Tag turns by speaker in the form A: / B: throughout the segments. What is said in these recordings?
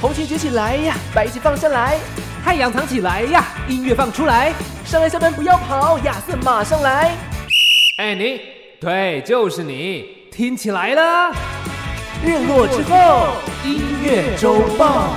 A: 红裙举起来呀，白旗放下来，
B: 太阳藏起来呀，音乐放出来。
A: 上来下班不要跑，亚瑟马上来。
B: 哎，你，对，就是你，听起来了。
A: 日落之后，
B: 音乐周报。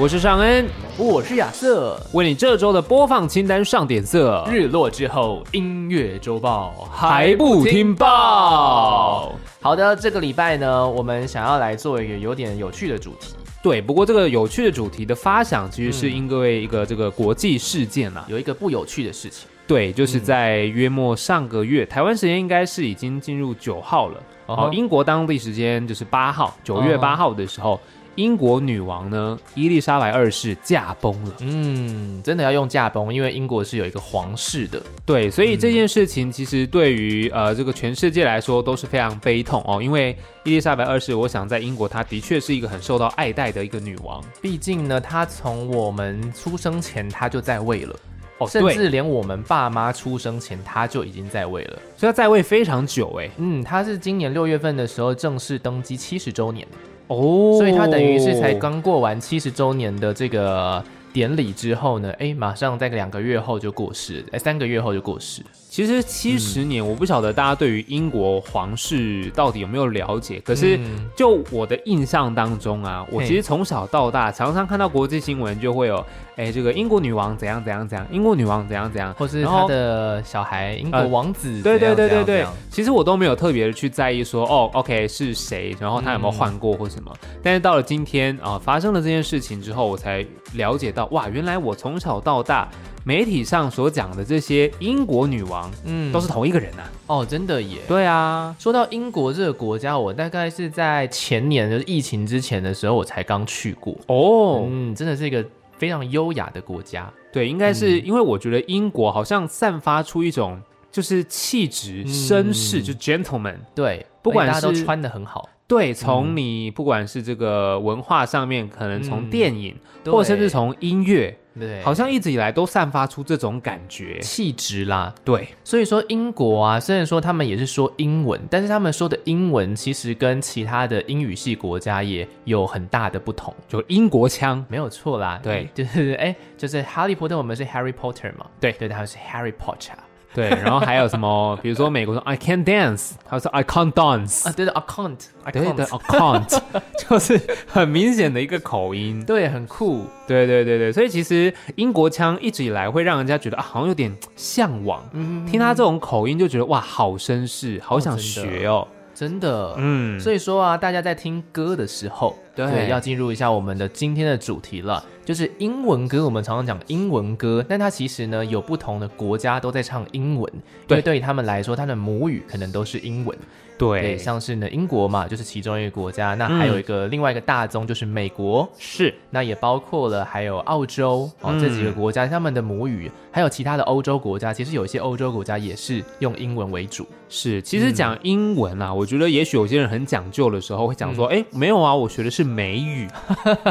B: 我是尚恩，
A: 我是亚瑟。
B: 为你这周的播放清单上点色。
A: 日落之后，音乐周报
B: 还不听报？
A: 好的，这个礼拜呢，我们想要来做一个有点有趣的主题。
B: 对，不过这个有趣的主题的发想，其实是因为一个这个国际事件啊。
A: 有一个不有趣的事情
B: 对，就是在约莫上个月，台湾时间应该是已经进入九号了。
A: 哦
B: 哦，英国当地时间就是八号，九月
A: 哦
B: 八号的时候，英国女王呢伊丽莎白二世驾崩了。
A: 嗯，真的要用驾崩，因为英国是有一个皇室的，
B: 对，所以这件事情其实对于呃这个全世界来说都是非常悲痛哦，因为伊丽莎白二世，我想在英国她的确是一个很受到爱戴的一个女王
A: 毕竟呢，她从我们出生前她就在位了，
B: 哦，
A: 甚
B: 对，所
A: 至连我们爸妈出生前她就已经在位了。
B: 以她在位非常久哎
A: 嗯，她是今年六月份的时候正式登基七十周年，
B: 哦，
A: 所以她等于是才刚过完七十周年的这个。典礼之后呢，哎，马上在两个月后就过世，哎，三个月后就过世。
B: 其实七十年，我不晓得大家对于英国皇室到底有没有了解，可是
A: 嗯
B: 就我的印象当中啊，我其实从小到大常常看到国际新闻就会有，哎，这个英国女王怎样怎样怎样，英国女王怎样怎样，
A: 或是
B: 然
A: 她
B: 后
A: 的小孩英国
B: 呃
A: 王子怎
B: 对
A: 样怎
B: 对
A: 样怎
B: 对
A: 样，
B: 对对，其实我都没有特别的去在意说，哦，OK 是谁，然后他有没有换过或什么。但是到了今天啊、发生了这件事情之后，我才了解到，哇，原来我从小到大媒体上所讲的这些英国女王
A: 嗯
B: 都是同一个人呐、啊。
A: 哦，真的耶。
B: 对啊，
A: 说到英国这个国家，我大概是在前年，就是疫情之前的时候，我才刚去过。
B: 哦，
A: 嗯，真的是一个非常优雅的国家。
B: 对，应该是因为我觉得英国好像散发出一种就是气质、绅士，
A: 嗯
B: 就 gentleman。
A: 对，
B: 不管
A: 而且大家都
B: 是
A: 穿的很好，
B: 对，从你不管是这个文化上面，可能从
A: 嗯
B: 电影，或者甚至从音乐，
A: 对，
B: 好
A: 好
B: 像一直以来都散发出这种感觉。
A: 气质啦。
B: 对，
A: 所以说英国啊，虽然说他们也是说英文，但是他们说的英文其实跟其他的英语系国家也有很大的不同。
B: 就英国腔。
A: 没有错啦，
B: 对，
A: 就是哎，就是哈利波特，我们是 Harry Potter 嘛，
B: 对
A: 对，他们是 Harry Potter
B: 对，然后还有什 么？比如说美国说 I can dance，他说 I can't dance，、
A: 啊，对的，account，
B: 对的 I can't，就是 很明显的一个口 音。
A: 对，很酷，
B: 对对对对，所以其实英国腔一直以来会让人家觉得啊，好像有点向往。
A: 嗯
B: 听他这种口音就觉得哇，好绅士，好想学哦。
A: 真的，
B: 嗯，
A: 所以说啊，大家在听歌的时候，
B: 对
A: 要进入一下我们的今天的主题了，就是英文歌。我们常常讲英文歌，但它其实呢有不同的国家都在唱英文，因
B: 对
A: 为对于他们来说，他的母语可能都是英文。
B: 对，嗯
A: 像是呢英国嘛，就是其中一个国家，那还有一个、另外一个大宗就是美国。
B: 是
A: 那也包括了还有澳洲哦、
B: 嗯
A: 这几个国家，他们的母语，还有其他的欧洲国家，其实有一些欧洲国家也是用英文为主。
B: 是，其实
A: 嗯
B: 讲英文啊，我觉得也许有些人很讲究的时候会讲说，哎、
A: 嗯
B: 没有啊，我学的是美语，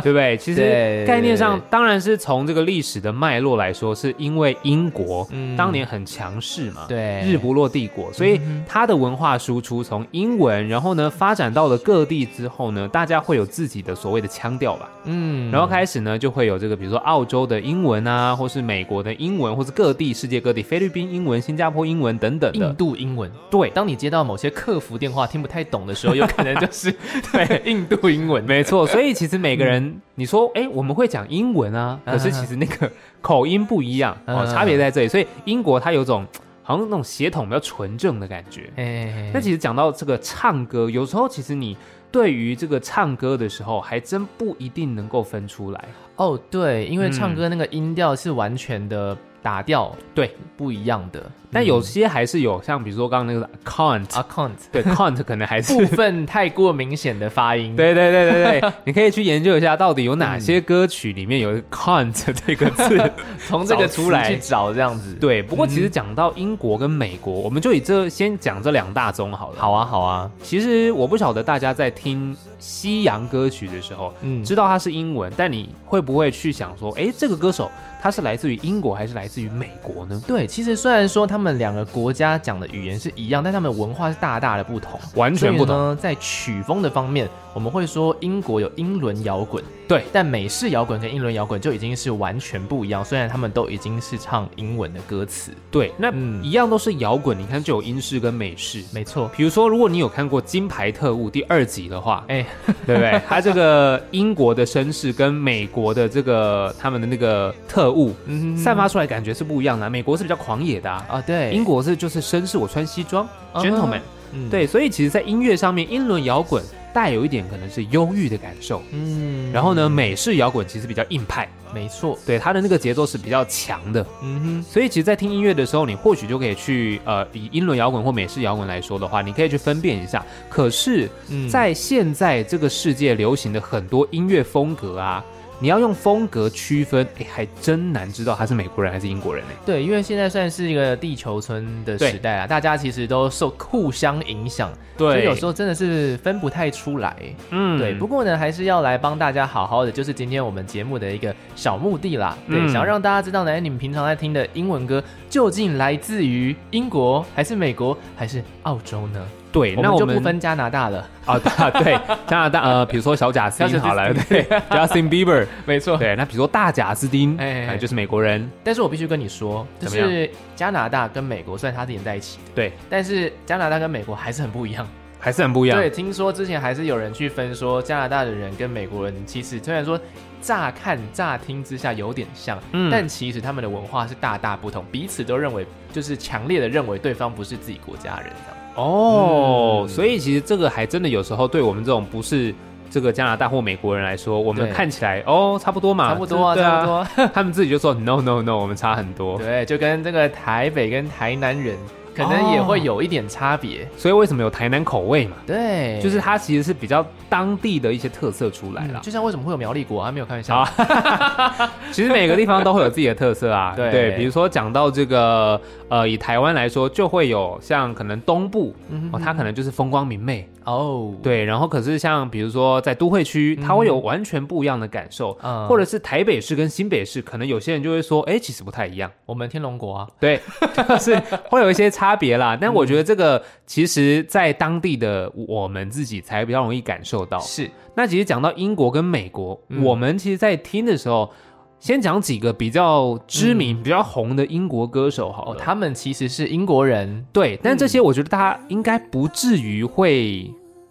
B: 对不 对？其实
A: 对
B: 概念上当然是从这个历史的脉络来说，是因为英国
A: 嗯
B: 当年很强势嘛，
A: 对嗯
B: 日不落帝国，所以它的文化输出从英文，然后呢发展到了各地之后呢，大家会有自己的所谓的腔调吧。
A: 嗯
B: 然后开始呢，就会有这个，比如说澳洲的英文啊，或是美国的英文，或是各地世界各地菲律宾英文、新加坡英文等等
A: 印
B: 的。
A: 度英文。
B: 对，
A: 当你接到某些客服电话听不太懂的时候，有 可能就是对印度英文。
B: 没错。所以其实每个人，你说，哎，我们会讲英文啊，可是其实那个口音不一样哦，
A: 嗯
B: 差别在这里。所以英国它有种好像那种血统比较纯正的感觉。
A: 哎
B: 那其实讲到这个唱歌，有时候其实你对于这个唱歌的时候，还真不一定能够分出来。
A: 哦，对，因为唱歌那个音调是完全的打调
B: 对，
A: 不一样的。嗯啊
B: 但有些还是有，像比如说刚刚那个 can't，
A: account
B: 对 can't 可能还 是
A: 部分太过明显的发音，，
B: 对对对对 对，你可以去研究一下，到底有哪些歌曲里面有 “cunt” 这个字。
A: 从这个
B: 找出
A: 词
B: 来
A: 去找这样子。，
B: 对，不过
A: 嗯
B: 其实讲到英国跟美国，我们就以这先讲这两大宗好了。
A: 好啊，好啊，
B: 其实我不晓得大家在听西洋歌曲的时候，
A: 嗯，
B: 知道它是英文，但你会不会去想说，诶，这个歌手他是来自于英国还是来自于美国呢？
A: 对，其实虽然说他们两个国家讲的语言是一样，但他们文化是大大的不同。
B: 完全不
A: 所以
B: 同。
A: 呢，在曲风的方面，我们会说英国有英伦摇滚，
B: 对
A: 但美式摇滚跟英伦摇滚就已经是完全不一样。虽然他们都已经是唱英文的歌词，
B: 对，那
A: 嗯
B: 一样都是摇滚，你看就有英式跟美式。
A: 没错。
B: 比如说，如果你有看过《金牌特务》第二集的话，
A: 哎，
B: 对不对？他这个英国的绅士跟美国的这个他们的那个特务，
A: 嗯
B: 散发出来感觉是不一样的啊、美国是比较狂野的、啊，
A: 啊，对，
B: 英国是就是绅士，我穿西装、
A: 嗯
B: g e n t l e m a n
A: 嗯，
B: 对，所以其实，在音乐上面，英伦摇滚带有一点可能是忧郁的感受。
A: 嗯，
B: 然后呢，美式摇滚其实比较硬派，
A: 没错，
B: 对它的那个节奏是比较强的，
A: 嗯
B: 所以其实，在听音乐的时候，你或许就可以去呃，以英伦摇滚或美式摇滚来说的话，你可以去分辨一下。可是，
A: 哼，嗯
B: 在现在这个世界流行的很多音乐风格啊，你要用风格区分，哎，还真难知道他是美国人还是英国人呢。
A: 对，因为现在算是一个地球村的
B: 对
A: 时代啊，大家其实都受互相影响，所以有时候真的是分不太出来。
B: 嗯
A: 对，不过呢，还是要来帮大家好好的，就是今天我们节目的一个小目的啦。对，
B: 嗯
A: 想要让大家知道呢，哎你们平常在听的英文歌究竟来自于英国还是美国还是澳洲呢？
B: 对，
A: 我
B: 那
A: 们
B: 我
A: 就
B: 们
A: 不分加拿大了。
B: 啊， 对，加拿大呃，比如说小贾斯汀好了，对，Justin Bieber，
A: 没错。
B: 对，那比如说大贾斯汀，
A: 哎
B: 哎，就是美国人，
A: 但是我必须跟你说，就
B: 怎么样
A: 是加拿大跟美国虽然它是连在一起的，
B: 对，
A: 但是加拿大跟美国还是很不一样。
B: 还是很不一样
A: 对，。听说之前还是有人去分说加拿大的人跟美国人，其实虽然说乍看乍听之下有点像，
B: 嗯
A: 但其实他们的文化是大大不同，彼此都认为就是强烈的认为对方不是自己国家人这样。
B: 哦，
A: 嗯
B: 所以其实这个还真的有时候对我们这种不是。这个加拿大或美国人来说，我们
A: 对
B: 看起来哦，差不多嘛，
A: 差不多啊，
B: 对哦
A: 差不。多。
B: 他们自己就说 no no no，我们差很多。
A: 对，就跟这个台北跟台南人可能也
B: 哦
A: 会有一点差别。
B: 所以为什么有台南口味嘛？
A: 对，
B: 就是它其实是比较当地的一些特色出来
A: 嗯
B: 了。
A: 就像为什么会有苗栗国啊？没有开玩笑。
B: 啊其实每个地方都会有自己的特色啊。
A: 对
B: 比如说讲到这个呃，以台湾来说，就会有像可能东部
A: 嗯
B: 哦，它可能就是风光明媚，
A: 哦，，
B: 对。然后可是像比如说在都会区，它会有完全不一样的感受。
A: 嗯，
B: 或
A: 或者
B: 者是台北市跟新北市，可能有些人就会说，哎、其实不太一样，
A: 我们天龙国啊，
B: 对，就是会有一些差别啦。但我
A: 嗯
B: 觉得这个其实，在当地的我们自己才比较容易感受到。
A: 是
B: 那其实讲到英国跟美国，
A: 嗯
B: 我们其实，在听的时候，先讲几个比较知
A: 嗯
B: 名、比较红的英国歌手好
A: 哦，
B: 了。
A: 他们其实是英国人。
B: 对，但这些我觉得大家应该不至于会，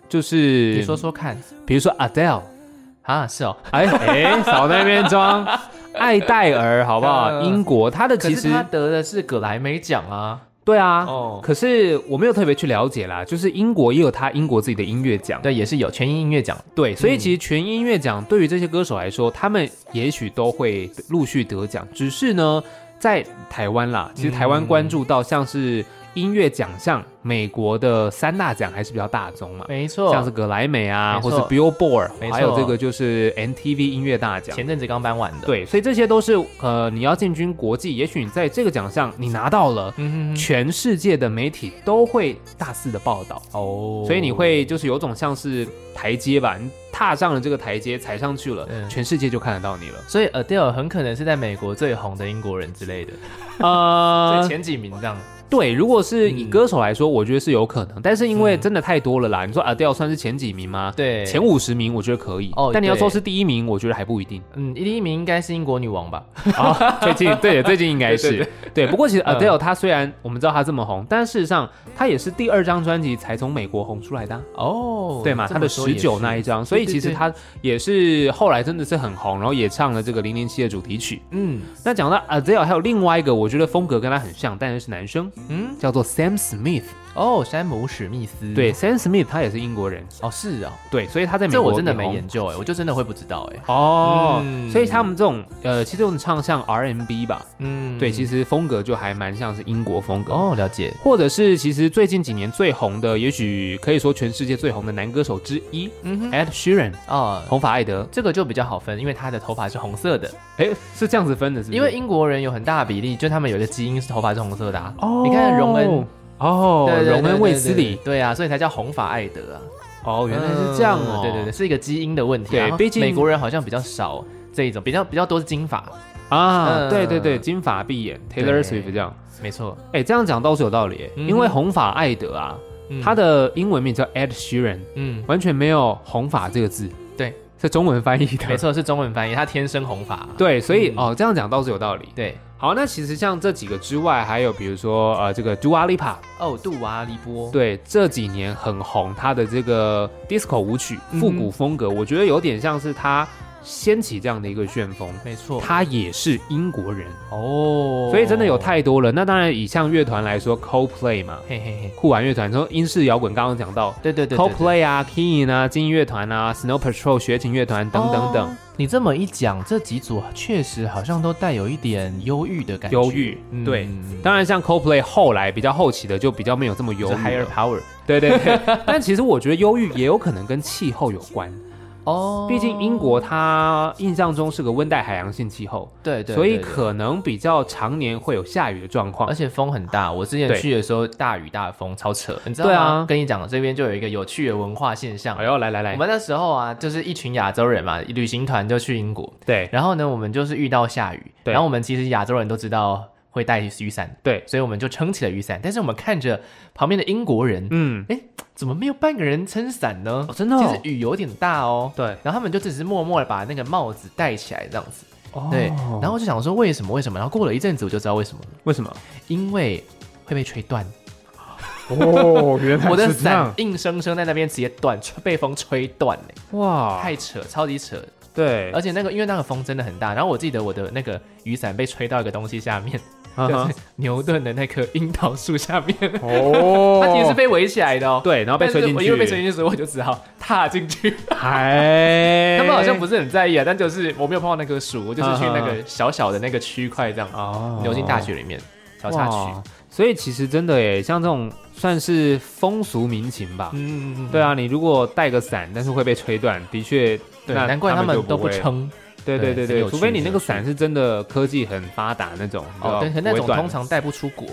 B: 就是
A: 你说，说看
B: 比如说 Adele，
A: 啊，是哦，
B: 哎哎，少在那边装， 艾黛尔，好不好？
A: 嗯
B: 英国，他的
A: 可
B: 其
A: 是
B: 实
A: 他得的是葛莱美奖啊。
B: 对啊，
A: 哦，
B: 可是我没有特别去了解啦，就是英国也有他英国自己的音乐奖，
A: 对，也是有全英音乐奖。
B: 对，所以其实全音乐奖对于这些歌手来说，他们也许都会陆续得奖，只是呢，在台湾啦，其实台湾关注到像是音乐奖项，美国的三大奖还是比较大宗嘛，
A: 没错，
B: 啊像是格莱美啊，
A: 没
B: 或
A: 错
B: 是 Billboard，
A: 没错
B: 还有这个就是 MTV 音乐大奖。
A: 前阵子刚颁完的。，
B: 对，所以这些都是呃，你要进军国际，也许你在这个奖项你拿到了，
A: 嗯哼
B: 全世界的媒体都会大肆的报道，
A: 哼，哦，
B: 所以你会就是有种像是台阶吧，你踏上了这个台阶，踩上去了，
A: 嗯
B: 全世界就看得到你了。
A: 所以呃 Adele 很可能是在美国最红的英国人之类的，所以
B: 呃，
A: 前几名这样。
B: 对，如果是以
A: 嗯
B: 歌手来说，我觉得是有可能，但是因为
A: 嗯
B: 真的太多了啦。你说 Adele 算是前几名吗？
A: 对，
B: 前五十名我觉得可以，
A: 哦
B: 但你要
A: 对
B: 说是第一名，我觉得还不一定。
A: 嗯第一名应该是英国女王吧？
B: 啊，最 近对，最近应
A: 对
B: 该
A: 对
B: 是对。不过其实
A: 嗯
B: Adele 她虽然我们知道她这么红，但事实上她也是第二张专辑才从美国红出来的啊。
A: 哦，
B: 对嘛，
A: 这
B: 他
A: 么
B: 的
A: 说
B: 十
A: 也
B: 九
A: 是
B: 那一张，所以
A: 对
B: 其实
A: 对
B: 他也是后来真的是很红，然后也唱了这个零零七的主题曲。
A: 嗯
B: 那讲到 Adele，还有另外一个，我觉得风格跟他很像，但是是男生，
A: 嗯，
B: 叫做 Sam Smith。
A: 哦，山姆史密斯，
B: 对，，Sam Smith 他也是英国人，
A: 哦是哦，
B: 对，所以他在美
A: 这
B: 国
A: 我真的
B: 也
A: 没
B: 红
A: 研究哎，我就真的会不知道哎。
B: 哦。
A: 嗯
B: 所以他们这种呃，其实我们唱像 R&B 吧，
A: 嗯，
B: 对，其
A: 实
B: 实风格就还蛮像是英国风格。
A: 哦了解，
B: 或者是其实最近几年最红的，也许可以说全世界最红的男歌手之一、
A: 嗯哼，
B: Ed Sheeran，
A: 哦，
B: 红发艾德。
A: 这个就比较好分，因为他的头发是红色的，
B: 哎，是这样子分的，是不是？
A: 因为英国人有很大的比例，就他们有一个基因是头发是红色的、啊。
B: 哦
A: 你看荣恩，
B: 哦，
A: 对对对
B: 荣
A: 对
B: 恩
A: 对
B: 卫斯
A: 对
B: 理
A: 对啊，所以才叫红发艾德啊。
B: 哦，原来是这样哦。
A: 嗯对对对，是一个基因的问题。
B: 对
A: 然后
B: 毕竟
A: 美国人好像比较少这一种，比较比较多是金发，
B: 啊，
A: 嗯
B: 对对对，金发碧眼，Taylor
A: 对
B: Swift 这样。
A: 没错，
B: 哎，这样讲倒是有道理耶，
A: 嗯哼
B: 因为红发艾德啊，
A: 嗯
B: 他的英文名叫 Ed Sheeran，
A: 嗯，
B: 完全没有红发这个字，
A: 对，
B: 是中文翻译的。
A: 没，错是中文翻译，他天生红发。
B: 对，所以
A: 嗯
B: 哦，这样讲倒是有道理。
A: 对，
B: 好，那其实像这几个之外，还有比如说呃，这个 Dua Lipa，
A: 哦，杜瓦利波，
B: 对，这几年很红，她的这个 disco 舞曲
A: 嗯哼
B: 复古风格，我觉得有点像是她掀起这样的一个旋风。
A: 没错，
B: 她也是英国人，
A: 哦，
B: 所以真的有，太多了。那当然，以像乐团来说，Coldplay 嘛，
A: 嘿嘿嘿，
B: 酷玩乐团，从英式摇滚刚刚讲到
A: 对对对对对
B: Coldplay 啊、Keen 啊、金乐团啊、Snow Patrol 雪景乐团等等等。
A: 哦你这么一讲，这几组确实好像都带有一点忧郁的感觉。
B: 忧郁
A: 嗯
B: 对当然，像 Coldplay 后来比较后期的就比较没有这么
A: 就
B: 忧
A: 是
B: 郁
A: higher
B: 了，
A: power
B: 对对对。 但其实我觉得忧郁也有可能跟气候有关，
A: 哦
B: 毕竟英国它印象中是个温带海洋性气候，
A: 对对，
B: 所以
A: 对呃对
B: 可能比较常年会有下雨的状况
A: 而。且风很大，我之前
B: 对
A: 去的时候大雨大风，超扯，你知道吗？
B: 对啊
A: 跟你讲，这边就有一个有趣的文化现象
B: 哎。呦，来来来
A: 我，们那时候啊，就是一群亚洲人嘛，旅行团就去英国，
B: 对
A: 然后呢，我们就是遇到下雨，
B: 对
A: 然后我们其实亚洲人都知道会带雨伞，
B: 对，
A: 所以我们就撑起了雨伞。但是我们看着旁边的英国人，
B: 嗯，
A: 怎么没有半个人撑伞呢？
B: 哦真的哦
A: 其实雨有点大哦。
B: 对，
A: 然后他们就只是默默的把那个帽子戴起来这样子，
B: 哦
A: 对。然后我就想说为什么为什么？然后过了一阵子我就知道为什么了，
B: 为什么？
A: 因为会被吹 断。
B: 哦，原
A: 我的伞硬生生在那边直接断，吹被风吹断嘞、
B: 哇，
A: 太呃扯，超级扯。
B: 对，
A: 而且那个因为那个风真的很大，然后我记得我的那个雨伞被吹到一个东西下面，
B: 嗯
A: 就
B: 哼
A: 是 牛顿的那棵樱桃树下面，
B: 哦
A: 它其 实是被围起来的哦。
B: 对，然后被
A: 但是
B: 吹进
A: 我
B: 去，
A: 因为被吹进去，所以我就只好踏进去。
B: 还 哎
A: 他们好像不
B: 是
A: 是很在意啊，但就是我没有碰到那棵树，我就是去那
B: 嗯
A: 个小小的那个区块这样啊
B: 哦
A: 流进大学里面小插曲。
B: 哇所以其实真的耶，像这种算是风俗民情吧。
A: 嗯，
B: 对啊，你如果带个伞，但是会被吹断，的确，
A: 对，
B: 那
A: 难怪他
B: 啊就
A: 们都
B: 不
A: 不
B: 会。
A: 撑
B: 对
A: 对
B: 对对
A: 这个有
B: 对，
A: 趣
B: 除非你那
A: 这个
B: 个
A: 有
B: 伞
A: 趣
B: 是真的科技很发达那种，
A: 哦，对，
B: 你
A: 可
B: 知
A: 那
B: 道啊不
A: 种
B: 会断
A: 通常带不出国，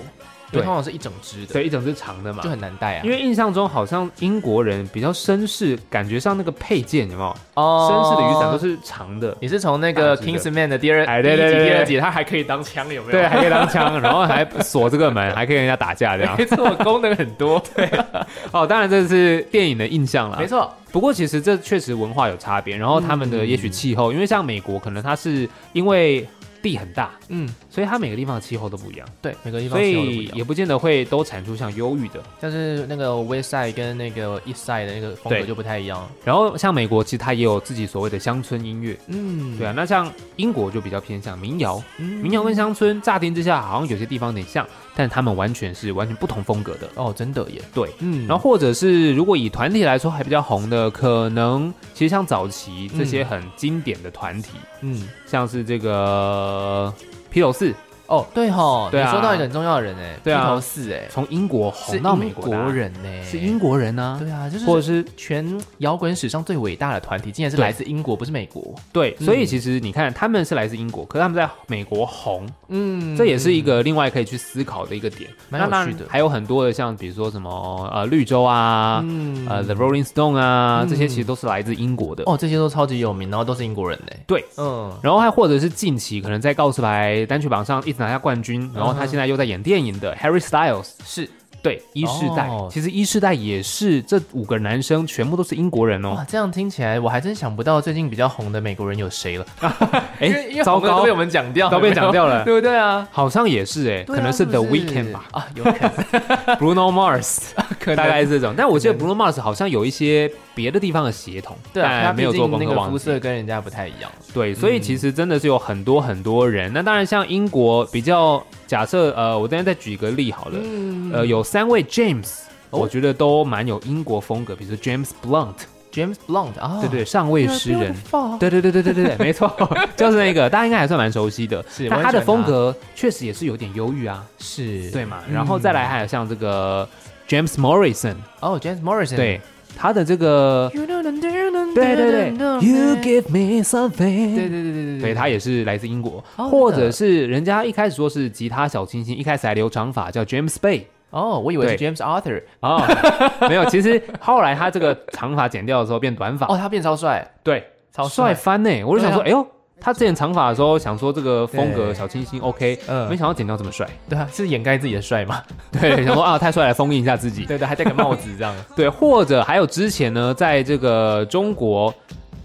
A: 对，
B: 对
A: 通常是一整只的，
B: 对一整是长的嘛
A: 就。很难带啊。
B: 因为印象中好像英国人比较绅士，感觉上那个配件有没有？
A: 哦
B: 绅士的雨伞都是长的，
A: 啊你是从那个
B: 大只的
A: Kingsman 的第二
B: 哎
A: 第
B: 对
A: 一
B: 对
A: 集、
B: 对
A: 第
B: 对
A: 二集，它还可以当枪，有没有？
B: 对， 还可以当枪，然后还锁这个门，还可以跟人家打架这 样
A: 没。错，功能很多， 对，啊
B: 哦，当然这是电影的印象啦
A: 没。错，
B: 不过其实这确实文化有差别，然后他们的也许气候，因为像美国可能它是因为地很大，
A: 嗯，
B: 所以它每个地方的气候都不一样，
A: 对，每个地方
B: 所
A: 气候都不
B: 以
A: 一样
B: 也不见得会都产出像忧郁的。
A: 但是那个 West Side 跟那个 East Side 的那个风格
B: 对
A: 就不太一样，
B: 然后像美国其实它也有自己所谓的乡村音乐，
A: 嗯，
B: 对啊，那像英国就比较偏向民谣，
A: 嗯，
B: 民谣跟乡村乍听之下好像有些地方有点像，但他们完全是完全不同风格的。
A: 哦，真的耶，
B: 对，
A: 嗯，
B: 然后或者是如果以团体来说还比较红的，可能其实像早期这些很经典的团体，
A: 嗯，
B: 像是这个披头士，
A: 哦，对吼，
B: 对啊
A: 你说到一个很重要的人哎，
B: 对啊
A: 披头士哎，
B: 从英国
A: 是
B: 红到美
A: 英
B: 国的啊
A: 国，人呢，
B: 是英国人啊，
A: 对啊，就是
B: 或者是
A: 全摇滚史上最伟大的团体，竟然是
B: 对
A: 来自英国，不是美国，
B: 对，
A: 嗯
B: 所以其实你看他们是来自英国，可是他们在美国红，
A: 嗯
B: 这也是一个另外可以去思考的一个点。
A: 蛮有
B: 那当
A: 趣
B: 然
A: 的
B: 还有很多的像比如说什么呃绿洲啊，
A: 嗯
B: 呃 The Rolling Stone 啊，
A: 嗯
B: 这些其实都是来自英国的。
A: 哦，这些都超级有名，然后都是英国人呢。
B: 对，
A: 嗯，
B: 然后还或者是近期可能在告示牌单曲榜上一直拿下冠军，然后他现在又在演电影的 Harry Styles，
A: 嗯是
B: 对一世代，
A: 哦
B: 其实一世代也是这五个男生全部都是英国人哦
A: 哇，，这样听起来我还真想不到最近比较红的美国人有谁了。因为因
B: 哎，
A: 为
B: 糟
A: 红的都
B: 糕
A: 被，我们讲掉，
B: 都被
A: 有没有
B: 讲掉 了
A: 对不对啊？
B: 好像也是哎，
A: 对啊
B: 可能是
A: 不
B: The Weeknd 吧
A: 啊，有可能，
B: ，Bruno Mars，
A: 可能
B: 大概是这种，但我记得
A: 可
B: Bruno Mars 好像有一些别的地方的协同，
A: 对啊，他
B: 但没有
A: 毕
B: 做
A: 竟
B: 功
A: 那
B: 课
A: 个
B: 忘
A: 肤
B: 记。
A: 色跟人嗯家不太一样。
B: 对，所以其实真的是有很多很多人。那当然，像英国比较，假设呃，我今天再举一个例好了，
A: 嗯
B: 呃，有三位 James，、
A: 哦
B: 我觉得都蛮有英国风格，比如说 James Blunt，、
A: James Blunt 啊，
B: 对对，上位诗人，
A: 对，啊
B: 对对对对对对 对，没错，就是那个，大家应该还算蛮熟悉的。
A: 是
B: 但
A: 我
B: 他
A: 很
B: 的
A: 喜欢
B: 风
A: 他
B: 格确实也是有点忧郁啊，
A: 是，
B: 对嘛？
A: 嗯
B: 然后再来还有像这个 James Morrison，
A: 哦，James Morrison，
B: 对他的这个，
A: 嗯
B: 对对对，You give
A: 对
B: me
A: 对
B: something。
A: 对对对
B: 对，他也是来自英国，
A: 哦
B: 或
A: 真的
B: 者是人家一开始说是吉他小清新，一开始还留长发，叫 James Bay，
A: 哦，我以为是
B: 对
A: James Arthur，
B: 哦， 没有，其实后来他这个长发剪掉的时候变短发，
A: 哦，他变超帅，
B: 对，
A: 超
B: 帅
A: 帅，
B: 翻呢、我就想
A: 对
B: 说，
A: 啊
B: 哎呦，他之前长发的时候想说这个风格
A: 对
B: 小清新 OK，
A: 嗯
B: 没想到剪掉这么帅，
A: 对啊，是掩盖自己的帅嘛？
B: 对，想说啊太帅了，封印一下自己。
A: 对对，还戴个帽子这样，
B: 对，或者还有之前呢，在这个中国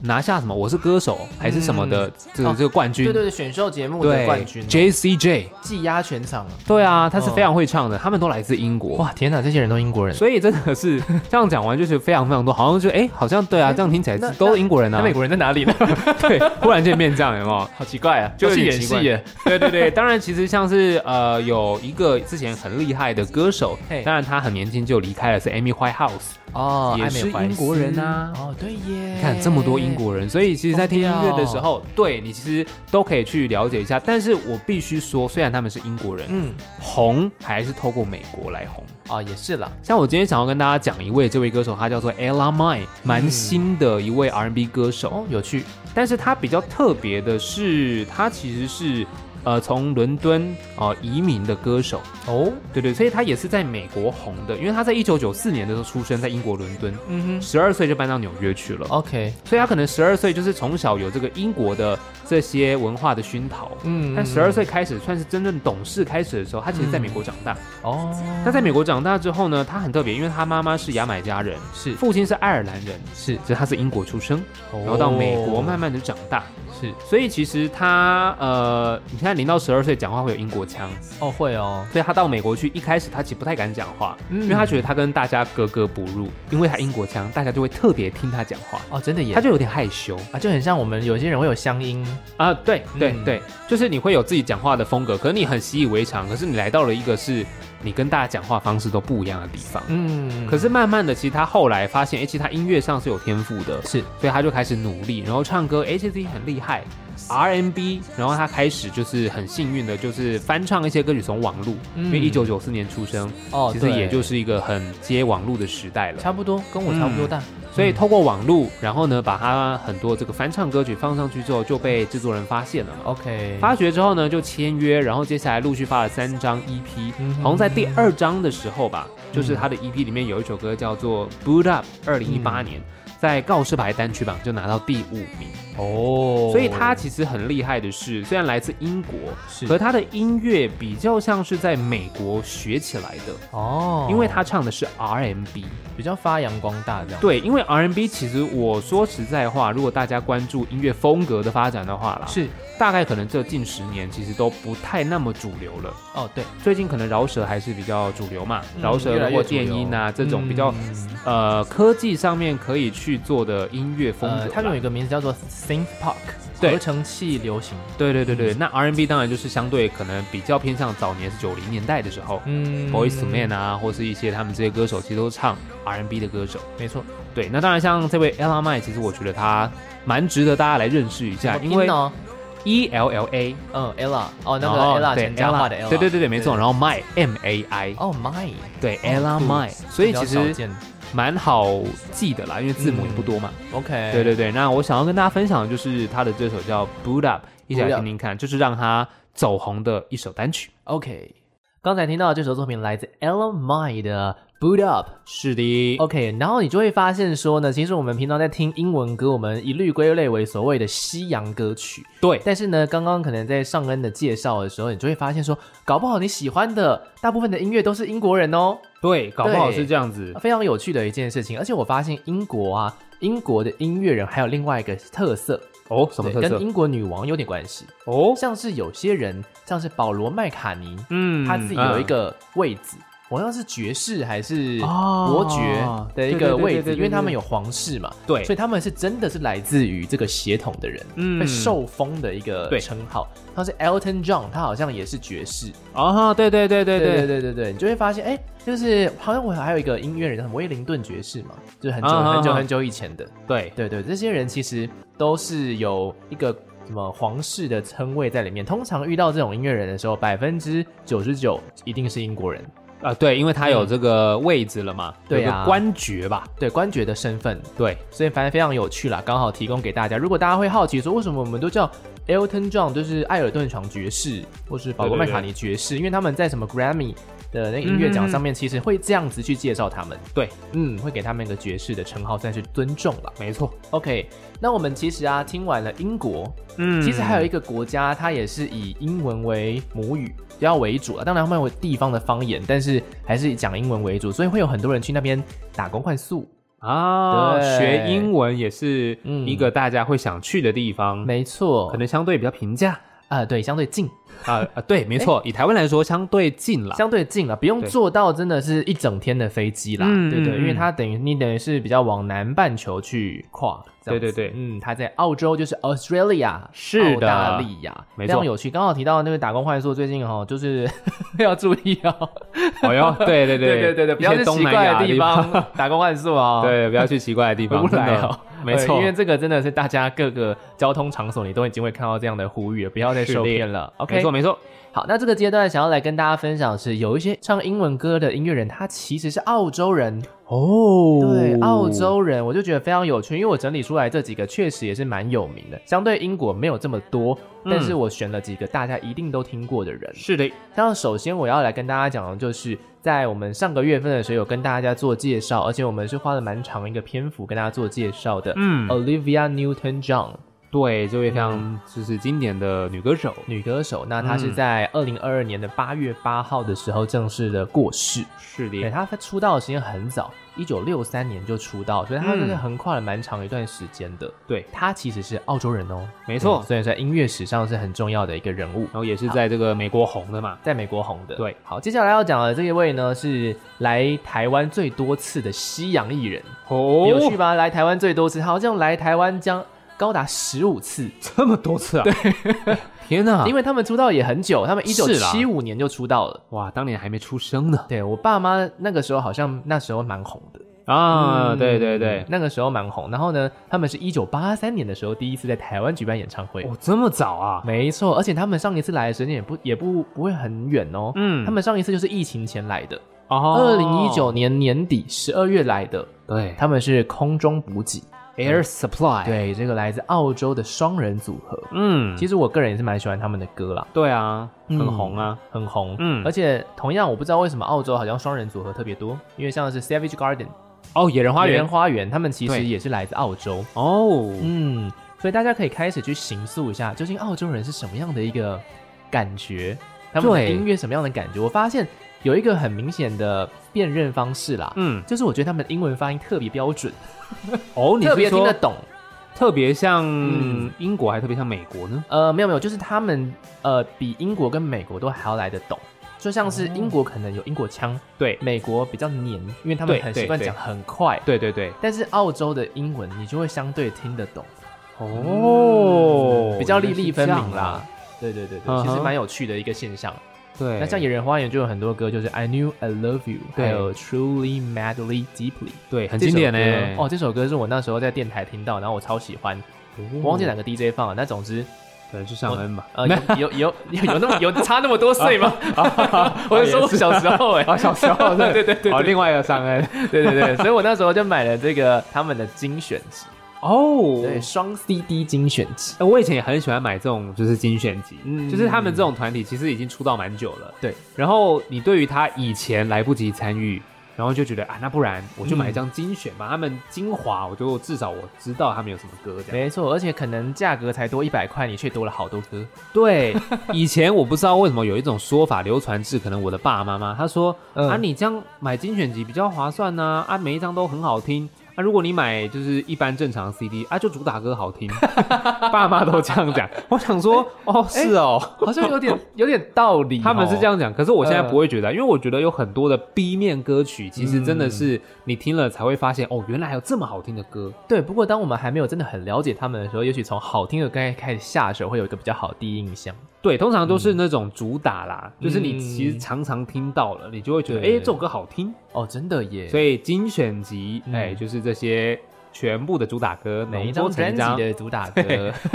B: 拿下什么《我是歌手》还是什么的、这个、
A: 哦
B: 这个冠军，
A: 对对对，选秀节目的冠军哦
B: J C J，
A: 技压全场啊，
B: 对啊，他是
A: 嗯
B: 非常会唱的，他们都来自英国。
A: 哇，天哪，这些人都英国人，
B: 所以真的是 这样讲完，就是非常非常多，好像就哎、好像对啊，这样听起来
A: 那
B: 是都是英国人啊
A: 那，美国人在哪里呢？
B: 对，忽然间变这样，有没有？
A: 好奇 怪啊，就
B: 就有
A: 是
B: 点
A: 演
B: 奇怪
A: 戏耶，
B: 对 对对，当然其实像是呃有一个之前很厉害的歌手
A: 嘿，
B: 当然他很年轻就离开了，是 Amy Whitehouse，
A: 哦
B: 也是英国人啊
A: 哦，对耶，
B: 你看这么多英国人，所以其实，在听音乐的时候，对你其实都可以去了解一下。但是我必须说，虽然他们是英国人，
A: 嗯，
B: 红还是透过美国来红。
A: 哦，也是啦，
B: 像我今天想要跟大家讲一位这位歌手，他叫做 Ella Mai，蛮新的一位 R&B 歌手，
A: 嗯哦，有趣，
B: 但是他比较特别的是，他其实是呃从伦敦呃移民的歌手，
A: 哦，
B: 对对，所以他也是在美国红的，因为他在一九九四年的时候出生在英国伦敦，
A: 嗯
B: 十二岁就搬到纽约去了。
A: 哼，OK，
B: 所以他可能十二岁就是从小有这个英国的这些文化的熏陶。
A: 嗯
B: 但十二，岁开始算是真正懂事开始的时候，他其实在美国长大。
A: 哦，
B: 那在美国长大之后呢，他很特别，因为他妈妈是牙买加人，
A: 是
B: 父亲是爱尔兰人，
A: 是，哦
B: 所以他是英国出生，
A: 然
B: 然后到美国慢慢的长大。
A: 是，
B: 所以其实他呃，你看零到十二岁讲话会有英国腔，
A: 哦，会哦，
B: 所以他到美国去一开始他其实不太敢讲话，
A: 嗯
B: 因为他觉得他跟大家格格不入，因为他英国腔，大家就会特别听他讲话，
A: 哦，真的耶，
B: 他就有点害羞。
A: 啊，就很像我们有些人会有乡音，
B: 啊，对对
A: 嗯
B: 对，就是你会有自己讲话的风格，可是你很习以为常，可是你来到了一个是你跟大家讲话方式都不一样的地方。
A: 嗯，
B: 可是慢慢的，其实他后来发现，哎、其实他音乐上是有天赋的，
A: 是
B: 所以他就开始努力，然后唱歌，哎、其实自己很厉害，R&B，然后他开始就是很幸运的，就是翻唱一些歌曲从网络，因为
A: 嗯
B: 一九九四年出生，
A: 哦，
B: 其实也就是嗯是一个很接网络的时代了。
A: 差不嗯多，跟我差不多大，
B: 所以透过网络，然后呢，把他很多这个翻唱歌曲放上去之后，就被制作人发现了嘛。
A: OK，
B: 发掘之后呢，就签约，然后接下来陆续发了三张 EP，、
A: 嗯哼嗯
B: 好像在第二张的时候吧，就是他的 EP 里面有一首歌叫做《Boot Up》，二零一八年。
A: 嗯
B: 在告示牌单曲榜就拿到第五名，
A: 哦，
B: 所以他其实很厉害的是，虽然来自英国，
A: 是
B: 可他的音乐比较像是在美国学起来的，
A: 哦，
B: 因为他唱的是 R&B。
A: 比较发扬光大这样，
B: 对，因为 R&B 其实我说实在话，如果大家关注音乐风格的发展的话啦，
A: 是
B: 大概可能这近十年其实都不太那么主流了。
A: 哦，对，
B: 最近可能饶舌还是比较主流嘛，
A: 嗯
B: 饶
A: 越来
B: 舌
A: 越
B: 或
A: 主流
B: 电音啊这种比较、
A: 嗯
B: 呃科技上面可以去做的音乐风格啦、
A: 呃，他们有一个名字叫做 Synth Park，
B: 对
A: 合成嗯器流行，
B: 对对对对，那 R&B 当然就是相对可能比较偏向早年是九零年代的时候、
A: 嗯
B: b o y s Man 啊，或是一些他们这些歌手其实都唱 R&B 的歌手。
A: 没错，
B: 对，那当然像这位 Ella Mai，其实我觉得她蛮值得大家来认识一下，
A: 怎么
B: 因为
A: 拼呢
B: E L L A，
A: 嗯，ella，哦，那
B: 然
A: 个
B: 后
A: ella
B: 对
A: 全家化的 ella，
B: 对对对对，没错，然后 Mai M A I，
A: 哦，my，
B: 对
A: 哦
B: Ella
A: 酷
B: Mai，所以
A: 比较
B: 其
A: 少
B: 实。
A: 见
B: 蛮好记的啦，因为字母也不多嘛。
A: ，OK，
B: 对对对，那我想要跟大家分享的就是他的这首叫《Boot Up》，一起来
A: Boot
B: 听
A: Up
B: 听看，就是让他走红的一首单曲。
A: OK，刚才听到的这首作品来自 Ella Mai 的 Boot Up。
B: 是的
A: OK，然后你就会发现说呢，其实我们平常在听英文歌，我们一律归类为所谓的西洋歌曲。
B: 对，
A: 但是呢，刚刚可能在上恩的介绍的时候，你就会发现说，搞不好你喜欢的大部分的音乐都是英国人哦，
B: 对，搞不好是这样子。
A: 非常有趣的一件事情。而且我发现英国啊，英国的音乐人还有另外一个特色，
B: 哦，什么
A: 对，
B: 特色
A: 跟？英国女王有点关系。
B: 哦，
A: 像是有些人，像是保罗麦卡尼，
B: 嗯
A: 他自己有一个位置，好像是爵士还是
B: 哦
A: 伯爵的一个位
B: 对对对对对
A: 置，
B: 对
A: 因为他们有皇室嘛，
B: 对
A: 所以他们是真的是来自于这个血统的人，
B: 嗯
A: 会受封的一个
B: 对
A: 称号。他是 Elton John，他好像也是爵士，
B: 啊，对对对
A: 对
B: 对
A: 对
B: 对，
A: 对对对，你就会发现，哎、就是好像我还有一个音乐人，威灵顿爵士嘛，就是很久、
B: 啊啊啊
A: 很久很久以前的，
B: 对
A: 对对，这些人其实都是有一个什么皇室的称谓在里面。通常遇到这种音乐人的时候，百分之九十九一定是英国人。
B: 啊，对，因为他有这个位置了嘛，
A: 对
B: 有
A: 啊
B: 个官爵吧，
A: 对官爵的身份，
B: 对，
A: 所以反正非常有趣啦，刚好提供给大家。如果大家会好奇说，为什么我们都叫 Elton John，就是艾尔顿床爵士，或是保罗
B: 对对
A: 麦
B: 对
A: 卡尼爵士，因为他们在什么 Grammy 的那个音乐奖上面，其实会这样子去介绍他们。
B: 对，
A: 嗯，会给他们一个爵士的称号，算是尊重了。
B: 没错，
A: OK，那我们其实啊，听完了英国，
B: 嗯
A: 其实还有一
B: 一
A: 个国家，它也是以英文为母语比较为主啊。当然他们有地方的方言，但是还是以讲英文为主，所以会有很多人去那边打工换宿。
B: 啊，
A: 对
B: 学英文也是
A: 嗯
B: 一个大家会想去的地方，
A: 没错，
B: 可能相对比较平 价
A: 啊、对，相对近，
B: 啊啊，对，没错，以台湾来说相对近了，
A: 相对近啊了，不用
B: 对
A: 坐到真的是一整天的飞机啦，
B: 嗯
A: 对对，
B: 嗯
A: 因为
B: 嗯
A: 它等于你等于是比较往南半球去跨，这样
B: 对对
A: 子
B: 对
A: 嗯，它在澳洲就是 Australia，
B: 是
A: 澳
B: 的
A: 大利亚，
B: 没
A: 非常
B: 错
A: 有趣。刚好提到那个打工换宿，最近哈、哦、就是 要注意哦，
B: 哦 哟，对
A: 对
B: 对对
A: 对对，不要
B: 一些
A: 去
B: 东
A: 奇
B: 南
A: 怪
B: 亚
A: 的地
B: 地，
A: 方打工换宿哦，
B: 对，不要去奇怪的地方，
A: 不能
B: 对
A: 哦
B: 没
A: 对
B: 错，
A: 因为这个真的是大家各个交通场所你都已经会看到这样的呼吁了，不要再
B: 是
A: 受
B: 的
A: 骗了。OK，
B: 没错没错，
A: 好，那这个阶段想要来跟大家分享的是，有一些唱英文歌的音乐人，他其实是澳洲人，
B: 哦
A: 对，澳洲人，我就觉得非常有趣，因为我整理出来这几个确实也是蛮有名的，相对英国没有这么多，但
B: 嗯
A: 是我选了几个大家一定都听过的人。
B: 是的，
A: 像首先我要来跟大家讲的就是，在我们上个月份的时候有跟大家做介绍，而且我们是花了蛮长一个篇幅跟大家做介绍的、
B: 嗯，
A: Olivia Newton-John
B: 对，这位非常就是经典的女歌手，
A: 女歌手，那她是
B: 嗯
A: 在二零二二年的八月八号的时候正式的过世。
B: 是
A: 对，
B: 的，
A: 他出道的时间很早，一九六三年就出道，所以他真
B: 嗯
A: 的横跨了蛮长一段时间的。
B: 对，
A: 他其实是澳洲人哦，
B: 没错
A: 嗯，所以在音乐史上是很重要的一个人物，
B: 然后也是在这个美国红的嘛，
A: 在美国红的。
B: 对，
A: 好，接下来要讲的这一位呢，是来台湾最多次的西洋艺人，
B: 哦
A: 有趣吧？来台湾最多次，好像来台湾将高达十五次，
B: 这么多次啊，对，天哪
A: 因，为他们出道也很久，他们一九
B: 是啦
A: 七五年就出道了。
B: 哇，当年还没出生呢
A: 对我爸妈那个时候好像那时候蛮红的。
B: 啊，
A: 嗯
B: 对对对，
A: 那个时候蛮红。然后呢，他们是一九八三年的时候第一次在台湾举办演唱会，
B: 哦，这么早啊，
A: 没错。而且他们上一次来的时间也不也不不会很远哦，
B: 嗯
A: 他们上一次就是疫情前来的，
B: 哦
A: 二零一九年年底十二月来的，
B: 对
A: 他们是空中补给，
B: Air Supply，，
A: 对，这个来自澳洲的双人组合。
B: 嗯，
A: 其实我个人也是蛮喜欢他们的歌啦，
B: 对啊，
A: 嗯
B: 很红啊，
A: 很红，
B: 嗯
A: 而且同样我不知道为什么澳洲好像双人组合特别多，因为像是 Savage Garden
B: 哦，野人花
A: 野人
B: 园，
A: 花园，他们其实
B: 对
A: 也是来自澳洲，
B: 哦，
A: 嗯，所以大家可以开始去形塑一下，究竟澳洲人是什么样的一个感觉，他们的
B: 对
A: 音乐什么样的感觉？我发现有一个很明显的辨认方式啦，
B: 嗯，
A: 就是我觉得他们的英文发音特别标准，
B: 哦，你
A: 特别
B: 是
A: 听
B: 说
A: 得懂。
B: 特别像
A: 嗯
B: 英国，还特别像美国呢？
A: 呃，没有没有，就是他们呃比英国跟美国都还要来得懂。就像是英国可能有英国腔，
B: 哦对，
A: 美国比较黏，因为他们
B: 对
A: 很
B: 对
A: 习惯
B: 对
A: 讲很快。
B: 对对对，
A: 但是澳洲的英文你就会相对听得懂。
B: 哦
A: 比较粒粒分明
B: 原来是这样
A: 啦
B: 啊。
A: 对对对对，
B: 嗯哼
A: 其实蛮有趣的一个现象。
B: 啊对，
A: 那像野人花园就有很多歌，就是 I knew I love you，
B: 对
A: 还有 Truly Madly Deeply，
B: 对，很经典呢、
A: 这首歌哦，这首歌是我那时候在电台听到，然后我超喜欢，我忘记哪
B: 个，
A: 个 DJ 放了。那总之，
B: 可能哦是尚恩吧。
A: 呃，有有有有有那么有差那么多岁吗？我就说我小时候哎，
B: 啊，小时候
A: 对对对对
B: 哦，另外一个尚 恩，
A: 对对对，所以我那时候就买了这个他们的精选集，
B: 哦，
A: 对，双 CD 精选集。
B: 呃我以前也很喜欢买这种就是精选集，
A: 嗯
B: 就是他们这种团体其实已经出道蛮久了，
A: 对。
B: 然后你对于他以前来不及参与，然后就觉得啊，那不然我就买一张精选吧，他们精华，我就至少我知道他们有什么歌这样。
A: 没错，而且可能价格才多一百块，你却多了好多歌。
B: 对， 以前我不知道为什么有一种说法流传至可能我的爸爸妈妈，他说、
A: 嗯
B: 啊，你这样买精选集比较划算呐、啊，每一张都很好听。啊，如果你买就是一般正常的 CD 啊，就主打歌 好听，爸妈都这样讲。 我想说，哦，
A: 哎
B: 是哦，
A: 好像有 点有点道理哦、
B: 他们是这样讲，可是我现在
A: 嗯
B: 不会觉得，因为我觉得有很多的 B 面歌曲，其实真的
A: 嗯
B: 是你听了才会发现，哦，原来还有这么好听的歌。
A: 对。不过当我们还没有真的很了解他们的时候，也许从好听的歌开始下手，会有一个比较好的第一印象。
B: 对，通常都是那种主打啦，
A: 嗯
B: 就是你其实常常听到了，你就会觉得，哎、
A: 对
B: 这首歌好听。
A: 哦，真的耶。
B: 所以精选集，
A: 嗯
B: 哎、就是这些全部的主打歌，
A: 每一
B: 浓缩
A: 张
B: 成
A: 专辑的主打歌，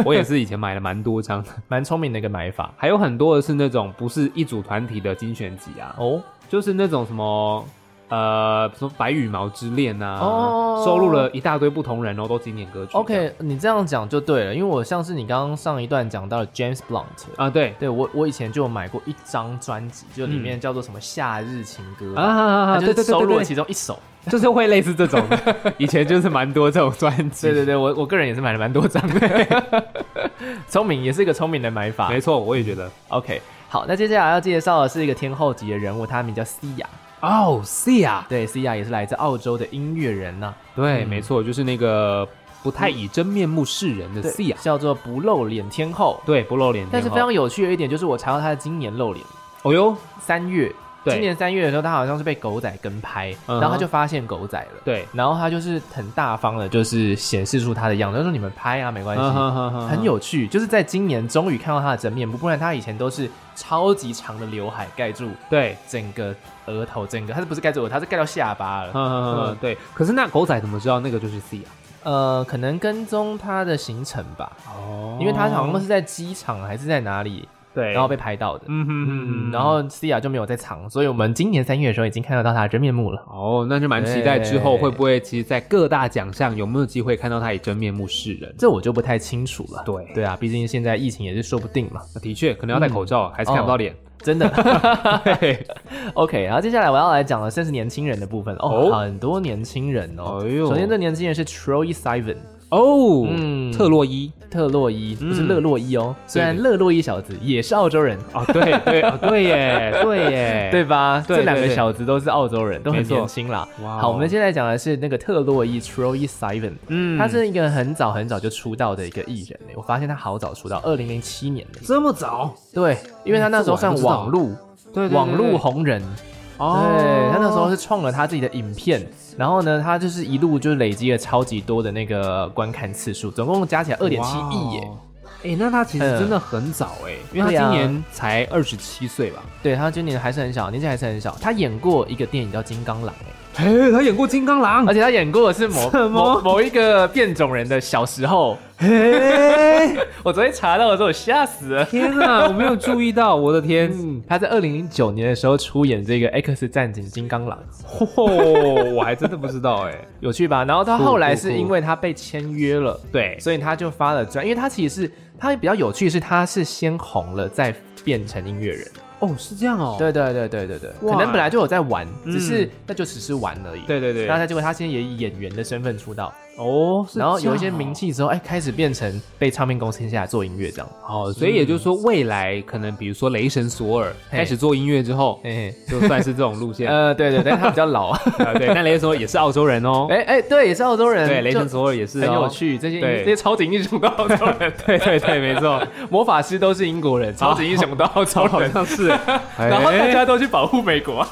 B: 我也是以前买了蛮多张的，
A: 蛮聪明的一个买法
B: 还有很多的是那种不是一组团体的精选集啊，
A: 哦。
B: 就是那种什么呃，什么《白羽毛之恋》啊，
A: 哦
B: 收录了一大堆不同人哦，都经典歌曲这样。
A: OK，你这样讲就对了，因为我像是你刚刚上一段讲到的 James Blunt，
B: 啊，对
A: 对我我以前就有买过一张专辑，就里面叫做什么《夏日情歌》
B: 啊，
A: 它
B: 啊，
A: 就
B: 对
A: 是
B: 对对
A: 收录了
B: 对
A: 其中一首。
B: 对，就是会类似这种的，以前就是蛮多这种专辑。
A: 对对对，我我个人也是买了蛮多张的， 聪明也是一个聪明的买法
B: 没。错，我也觉得。
A: OK，好，那接下来要介绍的是一个天后级的人物，他名叫 Sia，
B: 哦，C 啊，
A: 对，Sia 也是来自澳洲的音乐人呐、
B: 对，
A: 嗯
B: 没错，就是那个不太以真面目示人的 C 啊，
A: 叫做不露脸天后。
B: 对，不露脸。
A: 但是非，常有趣的一点就是，我查到他今年露脸，
B: 哦哟，
A: 三月，
B: 对
A: 今年三月的时候，他好像是被狗仔跟拍，
B: 嗯哼
A: 然后他就发现狗仔了，
B: 对，
A: 然后他就是很大方的，就是显示出他的样子，他说你们拍啊，没关
B: 嗯
A: 系。很
B: 很
A: 有趣，就是在今年终于看到他的真面目，不然他以前都是超级长的刘海盖住
B: 对，
A: 整个额头，整个他是不是盖住额头，他是盖到下巴了。
B: 嗯
A: 嗯
B: 对。可是那狗仔怎么知道那个就是 C 啊？
A: 呃，可能跟踪他的行程吧，
B: 哦
A: 因为他好像是在机场还是在哪里，
B: 对，
A: 然后被拍到的。
B: 嗯哼
A: 嗯，
B: 哼，
A: 然后 Cia 就没有在藏，所以我们今年三月的时候已经看得到他的真面目了。
B: 哦，那就蛮期待之后
A: 对
B: 会不会，其实，在各大奖项有没有机会看到他以真面目示人？
A: 这我就不太清楚了。
B: 对
A: 对啊，毕竟现在疫情也是说不定嘛，
B: 那的确，可能要戴口罩，啊还是看不到脸。
A: 真的。
B: 对，
A: 哦 OK，然后接下来我要来讲的，算是年轻人的部分哦，
B: 哦
A: 很多年轻人哦。
B: 哎呦
A: 首先，这年轻人是 Troy Sivan
B: 哦，
A: 嗯
B: 特洛伊
A: 特洛伊，不是
B: 嗯
A: 勒洛伊哦。虽然勒洛伊小子也是澳洲人，
B: 哦，对对哦，对耶，对 耶，
A: 对吧？
B: 对
A: 这两个
B: 对对
A: 小子都是澳洲人，都很
B: 没错
A: 年轻啦。
B: 哇哦
A: 好，我们现在讲的是那个特洛伊 Troy Sivan，
B: 嗯
A: 他是一个很早很早就出道的一个艺人欸我发现他好早出道，二零零七年的。
B: 这么早，
A: 对，因为他那时候
B: 这我
A: 算
B: 还不知道
A: 网络
B: 对
A: 网络，红人，
B: 哦
A: 对他那时候是创了他自己的影片，然后呢，他就是一路就累积了超级多的那个观看次数，总共加起来二点七亿耶。
B: 哇哦。哎，那他其实
A: 嗯
B: 真的很早哎，因为他
A: 对啊
B: 今年才二十七岁吧？
A: 对他今年还是很小，年纪还是很小。他演过一个电影叫《金刚狼》哎，
B: 嘿，他演过《金刚狼》
A: 而且他演过的是某
B: 嗯什么
A: 某某一个变种人的小时候。
B: 嘿，
A: 我昨天查到的时候，我吓死 了。
B: 天哪，我没有注意到，我的天！
A: 他在二零零九年的时候出演这个《X 战警：金刚狼》，
B: 嚯，我还真的不知道哎。
A: 有趣吧？然后他
B: 酷
A: 后来
B: 酷
A: 是
B: 酷
A: 因为他被签约了，
B: 对，
A: 所以他就发了专，因为他其实是他比较有趣，是他是先红了再变成音乐人。
B: 哦，是这样哦。
A: 对对对对对对，
B: 哇
A: 可能本来就有在玩，
B: 嗯
A: 只是那就只是玩而已。
B: 对对对
A: 然后他结果他现在也以演员的身份出道，
B: 哦，是
A: 然后
B: 这样
A: 有一些名气之后，哎，开始变成被唱片公司签下来做音乐这样。嗯
B: 哦，所以也就是说，未来可能比如说雷神索尔
A: 嘿
B: 开始做音乐之后，
A: 哎，
B: 就算是这种路 线。
A: 呃，对对，但是他比较 老。
B: 啊对，但雷神索尔也是澳洲人 哦。
A: 哎哎，对，也是澳洲人，
B: 对，雷
A: 就
B: 神索尔也是
A: 很
B: 哦
A: 有。趣，这些
B: 对
A: 这些超级英雄都澳洲人，
B: 对对对，没 错，
A: 魔法师都是英国人， 超级英雄都澳洲
B: 好
A: 人，
B: 像是。
A: 然后大
B: 哎
A: 家都去保护美国。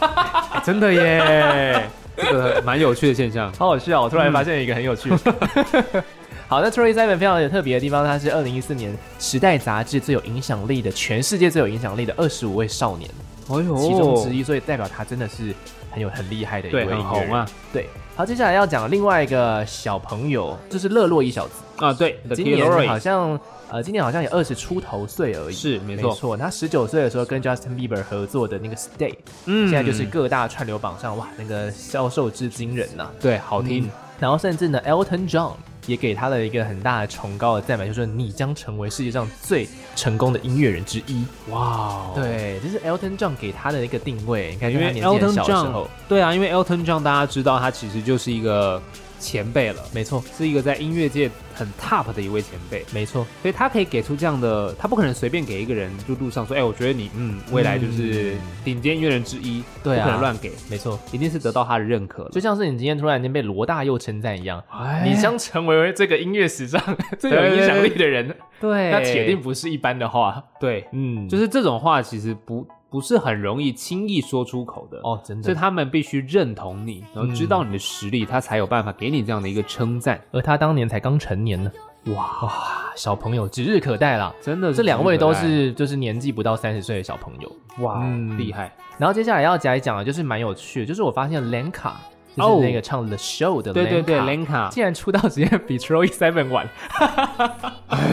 B: 真的 耶，这个蛮有趣的现象。
A: 好好笑、哦！我突然发现一个很有趣的。 好，那 Troy Sivan 非常有特别的地方，他是二零一四年《时代》杂志最有影响力的，全世界最有影响力的二十五位少年
B: 哎呦
A: 其中之一，所以代表他真的是很有很厉害的一位
B: 对，很
A: 音乐人
B: 红啊。
A: 对，好，接下来要讲另外一个小朋友，就是勒洛伊小子，
B: 啊，对，The
A: 今年好
B: Killers
A: 像呃，今年好像也二十出头岁而已。
B: 是没
A: 没
B: 错，
A: 错，他十九岁的时候跟 Justin Bieber 合作的那个《Stay》，
B: 嗯
A: 现在就是各大串流榜上哇，那个销售之惊人呐、
B: 对，好听
A: 嗯。然后甚至呢，Elton John 也给他了一个很大的崇高的赞美，就说你将成为世界上最成功的音乐人之一。
B: 哇，。哦
A: 对，这是 Elton John 给他的一个定位。你看，
B: 因为
A: 因为他年纪
B: Elton
A: 很小的时
B: John，
A: 候，
B: 对啊，因为 Elton John 大家知道他其实就是一个前辈了，
A: 没错，
B: 是一个在音乐界很 top 的一位前辈，
A: 没错，
B: 所以他可以给出这样的，他不可能随便给一个人就路上说，哎、我觉得你嗯，未来就是顶尖音乐人之一，
A: 嗯对啊
B: 不可能乱给，
A: 没错。
B: 一定是得到他的认可了
A: 就。像是你今天突然间被罗大佑称赞一样，
B: 哎
A: 你将成为这个音乐史上 最有影响力的人，
B: 对，
A: 那铁定不是一般的话。
B: 哎对，
A: 嗯，
B: 就是这种话其实不不是很容易轻易说出口的，
A: 哦，真
B: 所以
A: 的。
B: 他们必须认同你，然后知道你的实力，他才有办法给你这样的一个称赞。
A: 而他当年才刚成年呢，哇，小朋友指日可待啦。
B: 真的是
A: 这两位都
B: 值
A: 是就是年纪不到三十岁的小朋友，
B: 嗯得爱哇
A: 嗯
B: 厉害
A: 然后接下来要讲一讲的就是蛮有趣的，就是我发现 Lenka 就是那个唱《The Show》的
B: 哦对对对
A: Lenka
B: ，Lenka。
A: 竟然出道时间比 Troy Seven 晚，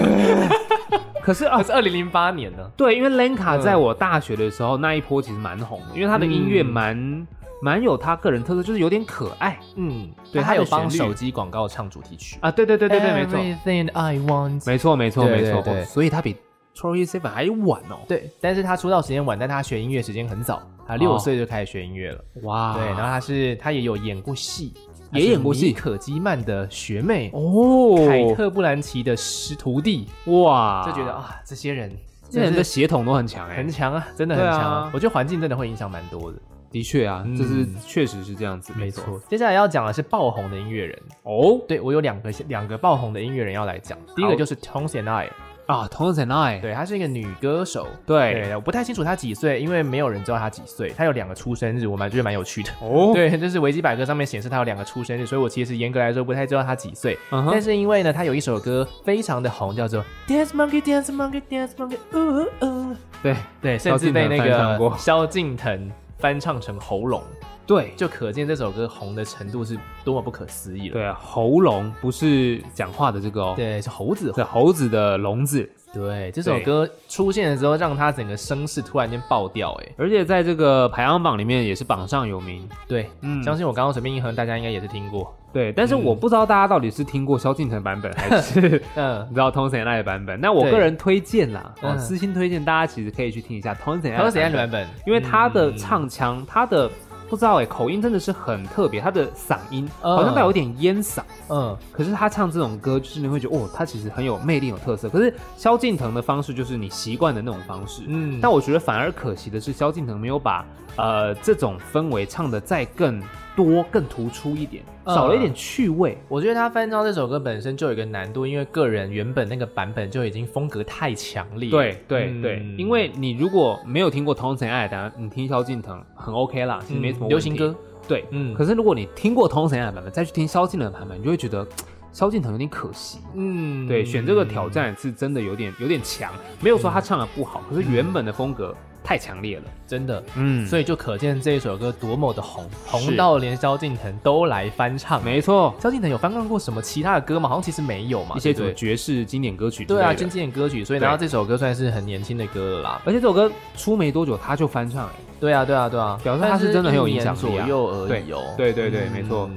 B: 可是啊
A: 可，是二零零八年呢？
B: 对，因为 Lenka 在我大学的时候、那一波其实蛮红的，因为他的音乐
A: 嗯
B: 蛮蛮有他个人特色，就是有点可爱
A: 嗯，
B: 对
A: 他有
B: 他有
A: 帮
B: 旋律
A: 手机广告唱主题曲。
B: 啊。对对对对对，没错，
A: Everything I want。
B: 没错，没错，
A: 对
B: 没错。
A: 对对
B: 哦所以他比 Troy Sivan 还晚哦。
A: 对，但是他出道时间晚，但他学音乐时间很早，他
B: 哦
A: 六岁就开始学音乐了。
B: 哇
A: 对，然后他是他也有演过戏，
B: 也演过戏
A: 她是妮可基曼的学妹，凯
B: 哦，
A: 特·布兰奇的师徒弟，
B: 哇，
A: 就觉得，啊，这些人
B: 这人
A: 真
B: 的
A: 的
B: 血统哦都很强哎、
A: 很强啊，真的很强
B: 对啊
A: 啊。我觉得环境真的会影响蛮多的，
B: 的确啊，
A: 嗯
B: 这是确实是这样子，没错。。
A: 接下来要讲的是爆红的音乐人，
B: 哦
A: 对我有两个两个爆红的音乐人要来讲，第一个就是 Tones and I，
B: 啊，Tones and I，
A: 对，她是一个女歌手。
B: 对
A: 对，我不太清楚她几岁，因为没有人知道她几岁。她有两个出生日，我蛮觉得蛮有趣的。
B: 哦，
A: 对，就是维基百科上面显示她有两个出生日，所以我其实严格来说不太知道她几岁。
B: 嗯哼
A: 但是因为呢，她有一首歌非常的红，叫做《Dance Monkey Dance Monkey Dance Monkey》，呜呜。
B: 对
A: 对，甚至
B: uh, 萧敬腾
A: 被那
B: 翻唱
A: 个
B: 过
A: 萧敬腾翻唱成喉咙，
B: 对
A: 就可见这首歌红的程度是多么不可思议了。
B: 对啊，喉咙不是讲话的这个哦，
A: 对，是猴子
B: 是猴子的笼子，
A: 对，这首
B: 对
A: 歌出现的时候，让他整个声势突然间爆掉、欸，
B: 而且在这个排行榜里面也是榜上有名。
A: 对，
B: 嗯
A: 相信我刚刚随便一哼，大家应该也是听过。
B: 对，但是我不知道大家到底是听过萧敬腾版本 还是
A: 嗯
B: 你知道 Tones and I 的版本。那我
A: 对
B: 个人推荐啦，哦，
A: 嗯
B: 私心推荐大家其实可以去听一下 Tones and I
A: 他说谁按版
B: 版本，
A: 本？
B: 因为他的唱腔，他的不知道哎、口音真的是很特别，他的嗓音
A: 嗯
B: 好像带有点烟嗓。
A: 嗯，
B: 可是他唱这种歌，就是你会觉得哦，他其实很有魅力、有特色。可是萧敬腾的方式就是你习惯的那种方式，
A: 嗯
B: 但我觉得反而可惜的是，萧敬腾没有把呃这种氛围唱的再更多、更突出一点，
A: 嗯
B: 少了一点趣味。
A: 我觉得他翻唱这首歌本身就有一个难度，因为个人原本那个版本就已经风格太强烈。
B: 对对
A: 嗯
B: 对，因为你如果没有听过《同城爱》的，你听萧敬腾很 OK 啦，其实没什么、
A: 嗯流行歌。。
B: 对，
A: 嗯
B: 可是如果你听过《同城爱》的版本，再去听萧敬腾的版本，你就会觉得嘖萧敬腾有点可惜。
A: 嗯
B: 对，选这个挑战是真的有点有点强，没有说他唱的不好，可是原本的风格太强烈了。
A: 真的，
B: 嗯
A: 所
B: 以
A: 以就可见这一首歌多么的红，
B: 是
A: 红到连萧敬腾都来翻唱。
B: 没错，
A: 萧敬腾有翻唱过什么其他的歌吗？好像其实没有嘛，
B: 一些什
A: 对
B: 么
A: 不对
B: 爵士经典歌曲之
A: 对
B: 类的
A: 啊，经典歌曲，所以拿到这首歌算是很年轻的歌了啦。
B: 而且这首歌出没多久他就翻唱、欸，
A: 对啊，对啊，对啊，
B: 表示他是真的很有影响力啊
A: 但是一年左右而已哦。
B: 对对对对
A: 嗯
B: 没错。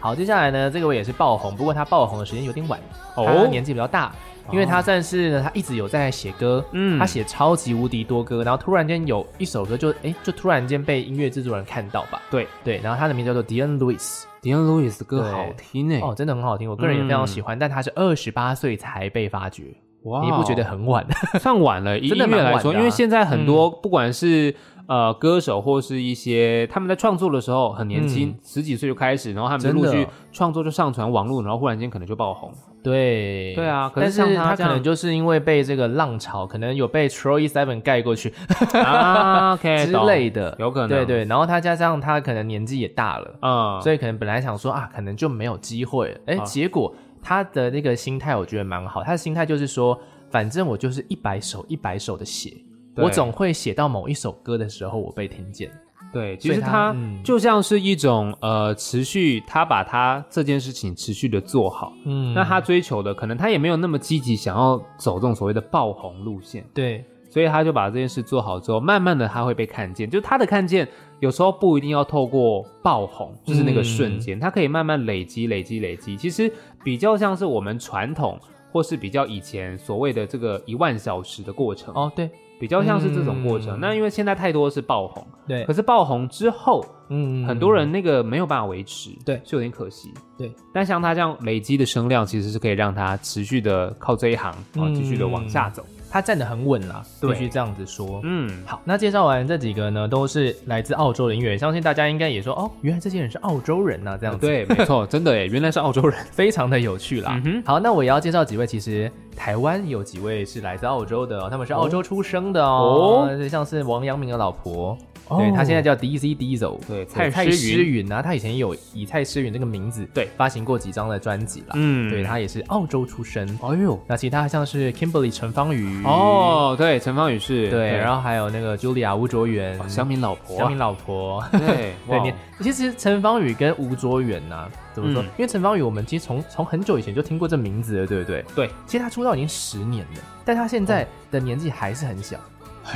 A: 好，接下来呢，这个我也是爆红，不过他爆红的时间有点晚，
B: 哦
A: 他年纪比较大，因为他算是呢，他一直有在写歌，
B: 嗯
A: 嗯，他写超级无敌多歌，然后突然间有一首歌就哎，就突然间被音乐制作人看到吧。
B: 对
A: 对，然后他的名字叫做 Dion Lewis，
B: d i a n Lewis 的歌
A: 对
B: 好听哎、
A: 哦，真的很好听，我个人也非常喜欢，但他是二十八岁才被发掘，
B: 嗯哇哦
A: 你不觉得 很晚？
B: 算晚嗯了？以音
A: 真的
B: 乐
A: 蛮晚
B: 来
A: 的啊
B: 说，因为现在很多不管是呃歌手或是一些他们在创作的时候很年轻，十几岁就开始，然后他们就
A: 真
B: 陆
A: 的
B: 续创作就上传网络，然后忽然间可能就爆红。
A: 对
B: 对啊可是
A: 但
B: 像
A: 是
B: 他
A: 他
B: 这
A: 可
B: 样
A: 能就是因为被这个浪潮，可能有被 Troy Seven 盖过去
B: 啊，OK
A: 之
B: 懂
A: 类的，
B: 有可能
A: 对对，然后他加上他可能年纪也大了，
B: 嗯，
A: 所以可能本来想说啊，可能就没有机会了，哎，
B: 啊
A: 结果他的那个心态我觉得蛮好，他的心态就是说，反正我就是一百首一百首的写。
B: 对
A: 我总会写到某一首歌的时候，我被听见。
B: 对，其
A: 所以
B: 实
A: 他
B: 它
A: 嗯
B: 就像是一种呃持续，他把他这件事情持续的做好。
A: 嗯
B: 那他追求的可能他也没有那么积极，想要走这种所谓的爆红路线，
A: 对
B: 所以他就把这件事做好之后，慢慢的他会被看见。就他的看见有时候不一定要透过爆红，就是那个瞬
A: 嗯
B: 间，他可以慢慢累积、累积、累积。其实比较像是我们传统或是比较以前所谓的这个一万小时的过程，
A: 哦，对
B: 比较像是这种过程。
A: 嗯
B: 那因为现在太多是爆红，
A: 对
B: 可，是爆红之后，
A: 嗯
B: 很多人那个没有办法维持，
A: 对
B: 是有点可惜。
A: 对，
B: 但像他这样累积的声量，其实是可以让他持续的靠这一行啊，
A: 嗯
B: 继续的往下走。
A: 他站得很稳啦，
B: 对
A: 必须这样子说。
B: 嗯，
A: 好，那介绍完这几个呢，都是来自澳洲的音乐人，相信大家应该也说哦，原来这些人是澳洲人啊呐、这样子，，
B: 对，没错，真的耶，原来是澳洲人。
A: 非常的有趣啦
B: 嗯。哼
A: 好，那我也要介绍几位，其实台湾有几位是来自澳洲的、哦，他们是澳洲出生的哦，
B: 哦
A: 像是王阳明的老婆，对他现在
B: 叫
A: 叫 DC Diesel，
B: 对蔡
A: 蔡
B: 诗
A: 诗芸啊，他以前有以蔡诗芸这个名字
B: 对
A: 发行过几张的专辑啦，
B: 嗯
A: 对他也是澳洲出生，
B: 哎呦，
A: 那其他像是 Kimberly 陈芳宇，
B: 哦，对，陈芳宇是，
A: 对，然后还有那个 Julia 吴卓源，
B: 哦小敏老婆啊，
A: 小敏老婆，
B: 对
A: 对，
B: 哇哦
A: 你其实陈芳宇跟吴卓源呐、怎么说？
B: 嗯
A: 因为陈芳宇，我们其实从从很久以前就听过这名字了，对不对？
B: 对，哦
A: 其实他出道已经十年了，但他现在的年纪还是很小，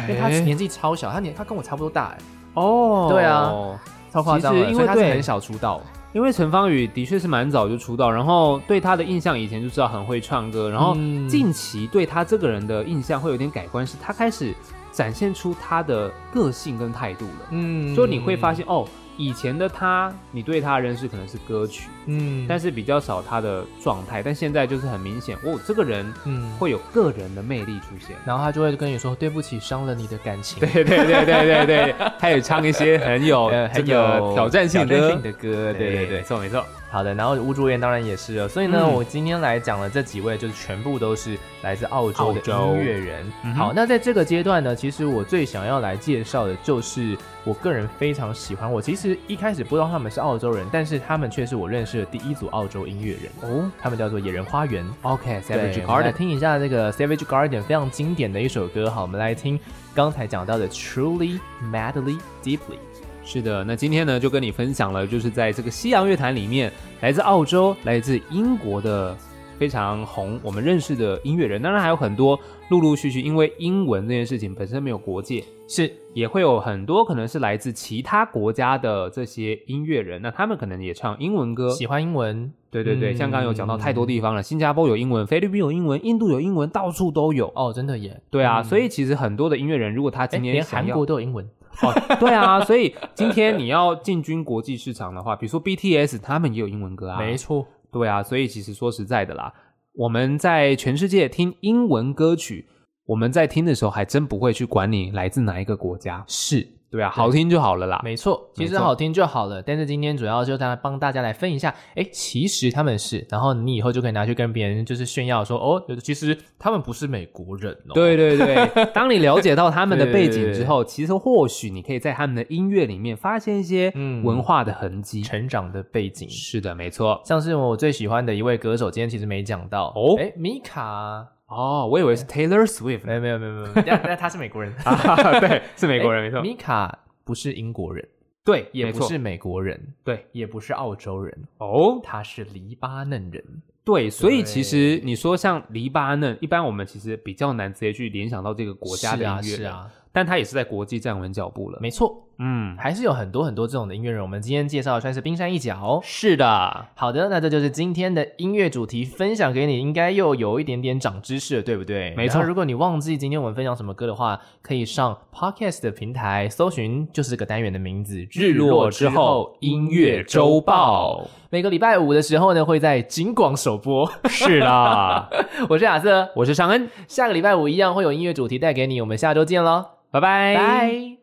A: 因为他
B: 哎
A: 年纪超小，他年他跟我差不多大、哎，
B: 哦，
A: 对啊，超夸张
B: 其
A: 的，
B: 实因
A: 所
B: 为
A: 以他是
B: 对
A: 很小出道，
B: 因为陈芳宇的确是蛮早就出道，然后对他的印象以前就知道很会唱歌，然后
A: 嗯
B: 近期对他这个人的印象会有点改观，是他开始展现出他的个性跟态度了，
A: 嗯
B: 所以你会发，现哦，以前的他，你对他的认识可能是歌曲，
A: 嗯
B: 但是比较少他的状态，但现在就是很明显，哦，这个人
A: 嗯，
B: 会有个人的魅力出现。
A: 然后他就会跟你说对不起，伤了你的感情，
B: 对对对对对对，他也唱一些 很有
A: 呃，
B: 这
A: 很
B: 个
A: 有
B: 挑战性
A: 挑
B: 的
A: 的歌，对对对
B: 没。错没错，
A: 好的，然后吴卓源当然也是了，哦所以呢，
B: 嗯
A: 我今天来讲的这几位就是全部都是来自澳洲的
B: 澳洲
A: 音乐人。
B: 嗯哼
A: 好，那在这个阶段呢，其实我最想要来介绍的就是我个人非常喜欢，我其实一开始不知道他们是澳洲人，但是他们却是我认识的第一组澳洲音乐人，
B: 哦
A: 他们叫做野人花园。
B: ，OK，Savage
A: 对我们来
B: Garden，
A: 听一下这个 Savage Garden 非常经典的一首歌。好，我们来听刚才讲到的 Truly, Madly, Deeply。
B: 是的，那今天呢，就跟你分享了，就是在这个西洋乐坛里面，来自澳洲、来自英国的非常红，我们认识的音乐人，当然还有很多陆陆续续，因为英文这件事情本身没有国界，
A: 是
B: 也会有很多可能是来自其他国家的这些音乐人，那他们可能也唱英文歌。
A: 喜欢英文，
B: 对对对，
A: 嗯
B: 像刚刚有讲到太多地方了，新加坡有英文，菲律宾有英文，印度有英文，到处都有。
A: 哦，真的耶。
B: 对啊，
A: 嗯
B: 所以其实很多的音乐人，如果他
A: 哎，
B: 今天
A: 连
B: 想
A: 韩
B: 要
A: 国都有英文。
B: 哦，对啊，所以今天你要进军国际市场的话，比如说 BTS 他们也有英文歌啊，
A: 没错，
B: 对啊，所以其实说实在的啦，我们在全世界听英文歌曲，我们在听的时候还真不会去管你来自哪一个国家，
A: 是
B: 对啊，好听就好了啦。
A: 没错，其
B: 没
A: 实
B: 错
A: 好听就好了。但是今天主要就大家帮大家来分一下，哎，其实他们是，然后你以后就可以拿去跟别人就是炫耀说，哦，其实他们不是美国人哦。
B: 对对 对，当你了解到他们的背
A: 对
B: 景
A: 对对
B: 之后，其实或许你可以在他们的音乐里面发现一些
A: 嗯
B: 文化的痕迹。
A: 成长的背景，
B: 是的，没错。
A: 像是我最喜欢的一位歌手，今天其实没讲到
B: 哦
A: 哎，米卡，
B: 哦，我以为是 Taylor Swift
A: 没有没有没有没 有，但但他是美国人，
B: 啊，对，是美国人，
A: 诶
B: 没错。
A: 米卡不是英国人，
B: 哎对，
A: 也
B: 没
A: 不
B: 错
A: 是美国人，
B: 对，
A: 也不是澳洲人，
B: 哦，
A: 他是黎巴嫩人。
B: 对，所以其实你说像黎巴嫩，一般我们其实比较难直接去联想到这个国家的
A: 是啊
B: 音乐
A: 是
B: 人，
A: 啊，
B: 但它也是在国际站稳脚步了。
A: 没错，
B: 嗯，
A: 还是有很多很多这种的音乐人。我们今天介绍的算是冰山一角。
B: 是的，
A: 好的，那这就是今天的音乐主题分享给你，应该又有一点点长知识了，对不对？
B: 没错
A: 然后如果你忘记今天我们分享什么歌的话，可以上 podcast 的平台搜寻，就是这个单元的名字《
B: 日落之后音乐周报》。
A: 每个礼拜五的时候呢，会在景广首播。
B: 是的，
A: 我是亚瑟，
B: 我是尚恩，
A: 下个礼拜五一样会有音乐主题带给你，我们下周见喽，
B: 拜拜
A: 拜。